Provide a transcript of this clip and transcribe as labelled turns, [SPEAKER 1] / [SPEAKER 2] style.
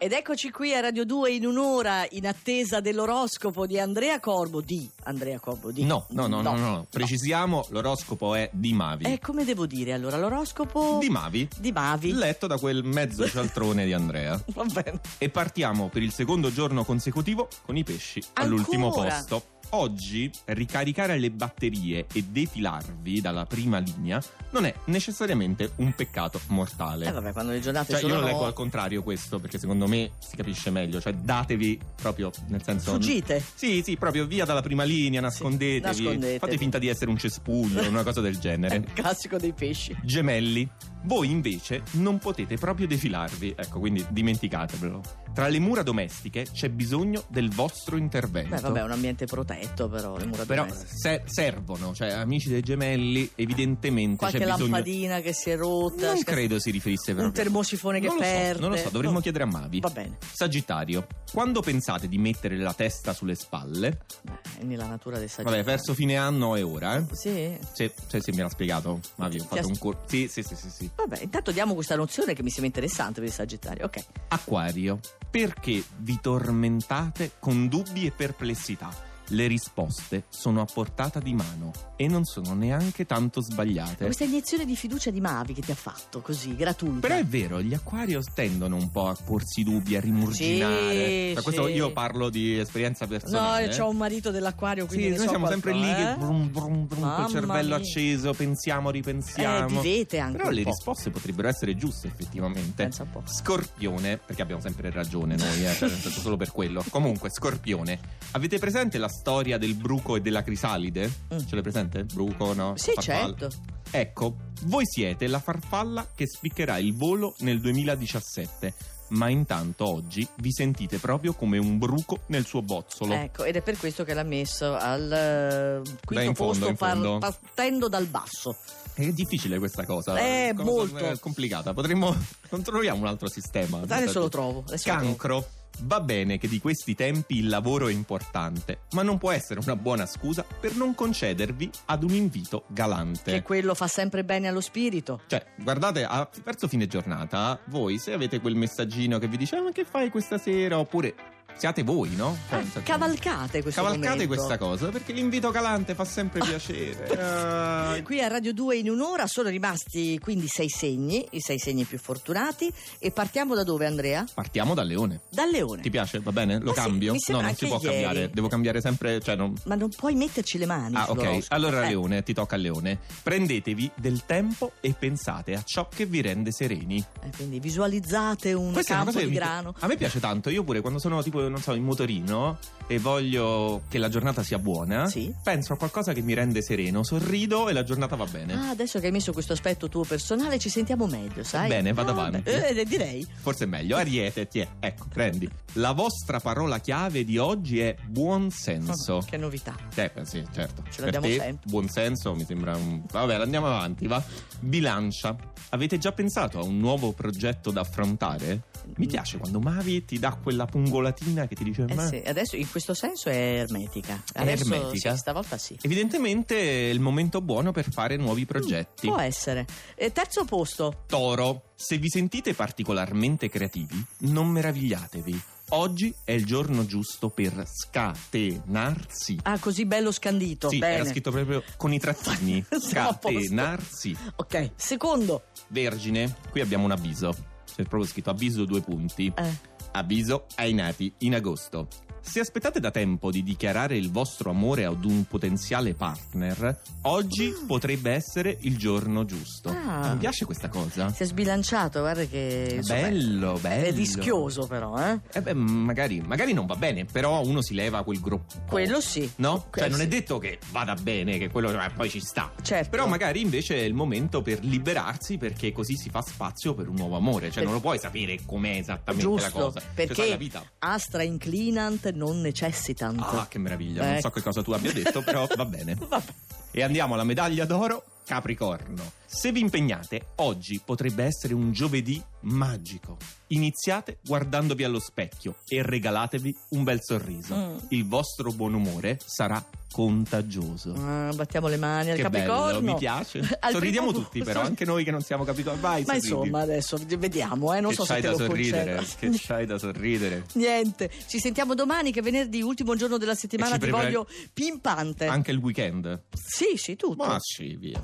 [SPEAKER 1] Ed eccoci qui a Radio 2 in un'ora in attesa dell'oroscopo di Andrea Corbo. Di Andrea Corbo, di.
[SPEAKER 2] No, no, no, no, no, no. precisiamo, l'oroscopo è di Mavi.
[SPEAKER 1] Eh, come devo dire allora? L'oroscopo
[SPEAKER 2] Di Mavi,
[SPEAKER 1] di Mavi.
[SPEAKER 2] letto da quel mezzo cialtrone di Andrea.
[SPEAKER 1] Va bene.
[SPEAKER 2] E partiamo per il secondo giorno consecutivo con i pesci all'ultimo
[SPEAKER 1] Ancora?
[SPEAKER 2] posto. Oggi ricaricare le batterie e defilarvi dalla prima linea non è necessariamente un peccato mortale.
[SPEAKER 1] Eh, vabbè, quando le giornate
[SPEAKER 2] Cioè,
[SPEAKER 1] sono.
[SPEAKER 2] io lo leggo al contrario questo, perché secondo me si capisce meglio. Cioè, datevi proprio, nel senso.
[SPEAKER 1] Fuggite.
[SPEAKER 2] Sì, sì, proprio via dalla prima linea, nascondetevi.
[SPEAKER 1] nascondetevi.
[SPEAKER 2] Fate finta di essere un cespuglio, una cosa del
[SPEAKER 1] È
[SPEAKER 2] genere.
[SPEAKER 1] il Eh, classico dei pesci. Eh,
[SPEAKER 2] Gemelli, voi invece non potete proprio defilarvi, ecco, quindi dimenticatevelo. Tra le mura domestiche c'è bisogno del vostro intervento.
[SPEAKER 1] Beh, vabbè, è un ambiente protetto, però. Le mura
[SPEAKER 2] Certo. Però
[SPEAKER 1] domestiche.
[SPEAKER 2] se- servono, cioè amici dei gemelli, evidentemente
[SPEAKER 1] Qualche
[SPEAKER 2] c'è bisogno
[SPEAKER 1] lampadina che si è rotta.
[SPEAKER 2] non
[SPEAKER 1] sca-
[SPEAKER 2] credo si riferisse proprio.
[SPEAKER 1] cioè, Un termosifone che
[SPEAKER 2] non lo so,
[SPEAKER 1] perde.
[SPEAKER 2] non lo so, dovremmo
[SPEAKER 1] No.
[SPEAKER 2] chiedere a Mavi.
[SPEAKER 1] Va bene.
[SPEAKER 2] Sagittario, quando pensate di mettere la testa sulle spalle?
[SPEAKER 1] Beh, è nella natura dei sagittari.
[SPEAKER 2] Vabbè, verso fine anno è ora, eh?
[SPEAKER 1] Sì.
[SPEAKER 2] Se, se, se me l'ha spiegato, Mavi, ho
[SPEAKER 1] Ti
[SPEAKER 2] fatto
[SPEAKER 1] as-
[SPEAKER 2] un corso. Sì, sì, sì, sì, sì.
[SPEAKER 1] Vabbè, intanto diamo questa nozione che mi sembra interessante per il sagittario. Ok.
[SPEAKER 2] Acquario, perché vi tormentate con dubbi e perplessità? Le risposte sono a portata di mano e non sono neanche tanto sbagliate.
[SPEAKER 1] Questa iniezione di fiducia di Mavi che ti ha fatto così, gratuita.
[SPEAKER 2] Però è vero, gli acquario tendono un po' a porsi dubbi, a rimurginare.
[SPEAKER 1] Sì,
[SPEAKER 2] Cioè, questo
[SPEAKER 1] sì.
[SPEAKER 2] io parlo di esperienza
[SPEAKER 1] No,
[SPEAKER 2] personale.
[SPEAKER 1] io ho un marito dell'acquario,
[SPEAKER 2] eh. Sì,
[SPEAKER 1] quindi
[SPEAKER 2] noi
[SPEAKER 1] ne so
[SPEAKER 2] siamo sempre lì
[SPEAKER 1] qualcosa,
[SPEAKER 2] che
[SPEAKER 1] eh?
[SPEAKER 2] brum, brum, brum,
[SPEAKER 1] Mamma
[SPEAKER 2] col cervello
[SPEAKER 1] mia.
[SPEAKER 2] acceso, pensiamo,
[SPEAKER 1] Eh,
[SPEAKER 2] ripensiamo.
[SPEAKER 1] vivete anche
[SPEAKER 2] Però
[SPEAKER 1] un
[SPEAKER 2] le
[SPEAKER 1] po'.
[SPEAKER 2] risposte potrebbero essere giuste effettivamente.
[SPEAKER 1] Pensa un po'.
[SPEAKER 2] Scorpione, perché abbiamo sempre ragione noi, eh, cioè nel senso solo per quello. Comunque, Scorpione, avete presente la storia del bruco e della crisalide?
[SPEAKER 1] Mm.
[SPEAKER 2] Ce l'hai presente? Bruco, no?
[SPEAKER 1] Sì,
[SPEAKER 2] Farfalla.
[SPEAKER 1] certo.
[SPEAKER 2] Ecco, voi siete la farfalla che spiccherà il volo nel 2017, ma intanto oggi vi sentite proprio come un bruco nel suo bozzolo.
[SPEAKER 1] Ecco, ed è per questo che l'ha messo al eh,
[SPEAKER 2] Beh,
[SPEAKER 1] quinto
[SPEAKER 2] in fondo,
[SPEAKER 1] posto
[SPEAKER 2] in fondo.
[SPEAKER 1] partendo dal basso.
[SPEAKER 2] È difficile questa cosa.
[SPEAKER 1] Eh,
[SPEAKER 2] Cosa-
[SPEAKER 1] molto.
[SPEAKER 2] eh, complicata. Potremmo. Non troviamo un altro sistema.
[SPEAKER 1] Adesso lo trovo. Adesso lo trovo.
[SPEAKER 2] certo. Cancro. Va bene che di questi tempi il lavoro è importante, ma non può essere una buona scusa per non concedervi ad un invito galante.
[SPEAKER 1] Che quello fa sempre bene allo spirito.
[SPEAKER 2] Cioè, guardate, a- verso fine giornata, voi se avete quel messaggino che vi dice "Ah, ma che fai questa sera? Oppure siate voi, no? Cioè,
[SPEAKER 1] Eh,
[SPEAKER 2] nel senso-
[SPEAKER 1] cavalcate questo
[SPEAKER 2] Cavalcate
[SPEAKER 1] momento.
[SPEAKER 2] questa cosa perché l'invito galante fa sempre piacere. Ah,
[SPEAKER 1] Eh, Qui a Radio 2 in un'ora sono rimasti quindi sei segni, i sei segni più fortunati. E partiamo da dove, Andrea?
[SPEAKER 2] Partiamo dal leone.
[SPEAKER 1] Dal leone.
[SPEAKER 2] Ti piace? Va bene? Lo
[SPEAKER 1] Ma Eh sì,
[SPEAKER 2] cambio?
[SPEAKER 1] mi sembra
[SPEAKER 2] no, non si può
[SPEAKER 1] anche ieri.
[SPEAKER 2] cambiare. Devo cambiare sempre. Cioè non...
[SPEAKER 1] Ma non puoi metterci le mani.
[SPEAKER 2] Ah, ok.
[SPEAKER 1] sull'oroscopo.
[SPEAKER 2] Allora,
[SPEAKER 1] Eh,
[SPEAKER 2] Leone, ti tocca a Leone. Prendetevi del tempo e pensate a ciò che vi rende sereni.
[SPEAKER 1] eh, quindi visualizzate un
[SPEAKER 2] Questa è una
[SPEAKER 1] campo
[SPEAKER 2] cosa che
[SPEAKER 1] di
[SPEAKER 2] mi-
[SPEAKER 1] grano.
[SPEAKER 2] A me piace tanto. Io pure quando sono tipo, non so, in motorino e voglio che la giornata sia buona,
[SPEAKER 1] Sì.
[SPEAKER 2] penso a qualcosa che mi rende sereno, sorrido e la giornata va bene.
[SPEAKER 1] Ah, adesso che hai messo questo aspetto tuo personale ci sentiamo meglio, sai?
[SPEAKER 2] Bene, vado
[SPEAKER 1] Ah,
[SPEAKER 2] avanti.
[SPEAKER 1] beh, eh, direi.
[SPEAKER 2] Forse è meglio. Ariete, ti è. Ecco, prendi. La vostra parola chiave di oggi è buonsenso.
[SPEAKER 1] Oh, Che novità.
[SPEAKER 2] Eh, beh, sì, certo.
[SPEAKER 1] Ce l'abbiamo
[SPEAKER 2] per te,
[SPEAKER 1] sempre.
[SPEAKER 2] Buon senso, mi sembra un... Vabbè, andiamo avanti, va. Bilancia. Avete già pensato a un nuovo progetto da affrontare? Mi piace quando Mavi ti dà quella pungolatina che ti dice...
[SPEAKER 1] Mm. Eh
[SPEAKER 2] "Ma-
[SPEAKER 1] sì, adesso in questo senso è ermetica.
[SPEAKER 2] È
[SPEAKER 1] Adesso
[SPEAKER 2] ermetica?
[SPEAKER 1] sì, stavolta sì.
[SPEAKER 2] Evidentemente è il momento buono per fare nuovi progetti.
[SPEAKER 1] Mm, Può essere. Eh, terzo posto.
[SPEAKER 2] Toro, se vi sentite particolarmente creativi, non meravigliatevi. Oggi è il giorno giusto per scatenarsi.
[SPEAKER 1] Ah, così bello scandito.
[SPEAKER 2] Sì,
[SPEAKER 1] Bene.
[SPEAKER 2] era scritto proprio con i trattini.
[SPEAKER 1] Siamo a posto.
[SPEAKER 2] Scatenarsi.
[SPEAKER 1] Ok, secondo.
[SPEAKER 2] Vergine, qui abbiamo un avviso. C'è proprio scritto avviso due punti.
[SPEAKER 1] Eh,
[SPEAKER 2] Avviso ai nati in agosto. Se aspettate da tempo di dichiarare il vostro amore ad un potenziale partner, oggi potrebbe essere il giorno giusto.
[SPEAKER 1] Ah.
[SPEAKER 2] Mi piace questa cosa.
[SPEAKER 1] si è sbilanciato, guarda che... insomma,
[SPEAKER 2] bello, bello.
[SPEAKER 1] È rischioso però, eh?
[SPEAKER 2] Eh beh, magari, magari non va bene, però uno si leva quel gruppo.
[SPEAKER 1] Quello sì.
[SPEAKER 2] No?
[SPEAKER 1] Que-
[SPEAKER 2] Cioè, non
[SPEAKER 1] sì.
[SPEAKER 2] è detto che vada bene, che quello eh, poi ci sta.
[SPEAKER 1] Certo.
[SPEAKER 2] Però magari invece è il momento per liberarsi perché così si fa spazio per un nuovo amore. Cioè,
[SPEAKER 1] Per-
[SPEAKER 2] non lo puoi sapere com'è esattamente la
[SPEAKER 1] Giusto,
[SPEAKER 2] cosa. Cioè,
[SPEAKER 1] perché-
[SPEAKER 2] sai, la vita.
[SPEAKER 1] Astra inclinant non necessitant.
[SPEAKER 2] Ah, che meraviglia. Non
[SPEAKER 1] Ecco.
[SPEAKER 2] so che cosa tu abbia detto, però va bene.
[SPEAKER 1] Vabbè.
[SPEAKER 2] E andiamo alla medaglia d'oro Capricorno. Se vi impegnate, oggi potrebbe essere un giovedì magico. Iniziate guardandovi allo specchio e regalatevi un bel sorriso.
[SPEAKER 1] Mm.
[SPEAKER 2] Il vostro buon umore sarà contagioso.
[SPEAKER 1] Ah, battiamo le mani al
[SPEAKER 2] che
[SPEAKER 1] Capricorno.
[SPEAKER 2] bello, mi piace.
[SPEAKER 1] Al
[SPEAKER 2] Sorridiamo
[SPEAKER 1] primo
[SPEAKER 2] tutti
[SPEAKER 1] posto.
[SPEAKER 2] però, anche noi che non siamo Capricorno. Vai,
[SPEAKER 1] Ma
[SPEAKER 2] sorridi.
[SPEAKER 1] insomma, adesso vediamo, eh, non
[SPEAKER 2] che
[SPEAKER 1] so se
[SPEAKER 2] c'hai
[SPEAKER 1] te
[SPEAKER 2] da
[SPEAKER 1] lo
[SPEAKER 2] sorridere, che
[SPEAKER 1] concedo.
[SPEAKER 2] c'hai da sorridere.
[SPEAKER 1] Niente, ci sentiamo domani che è venerdì, ultimo giorno della settimana,
[SPEAKER 2] ci
[SPEAKER 1] ti
[SPEAKER 2] prepara-
[SPEAKER 1] voglio pimpante.
[SPEAKER 2] Anche il weekend.
[SPEAKER 1] Sì, sì, Eh. tutto.
[SPEAKER 2] Ma sì, via.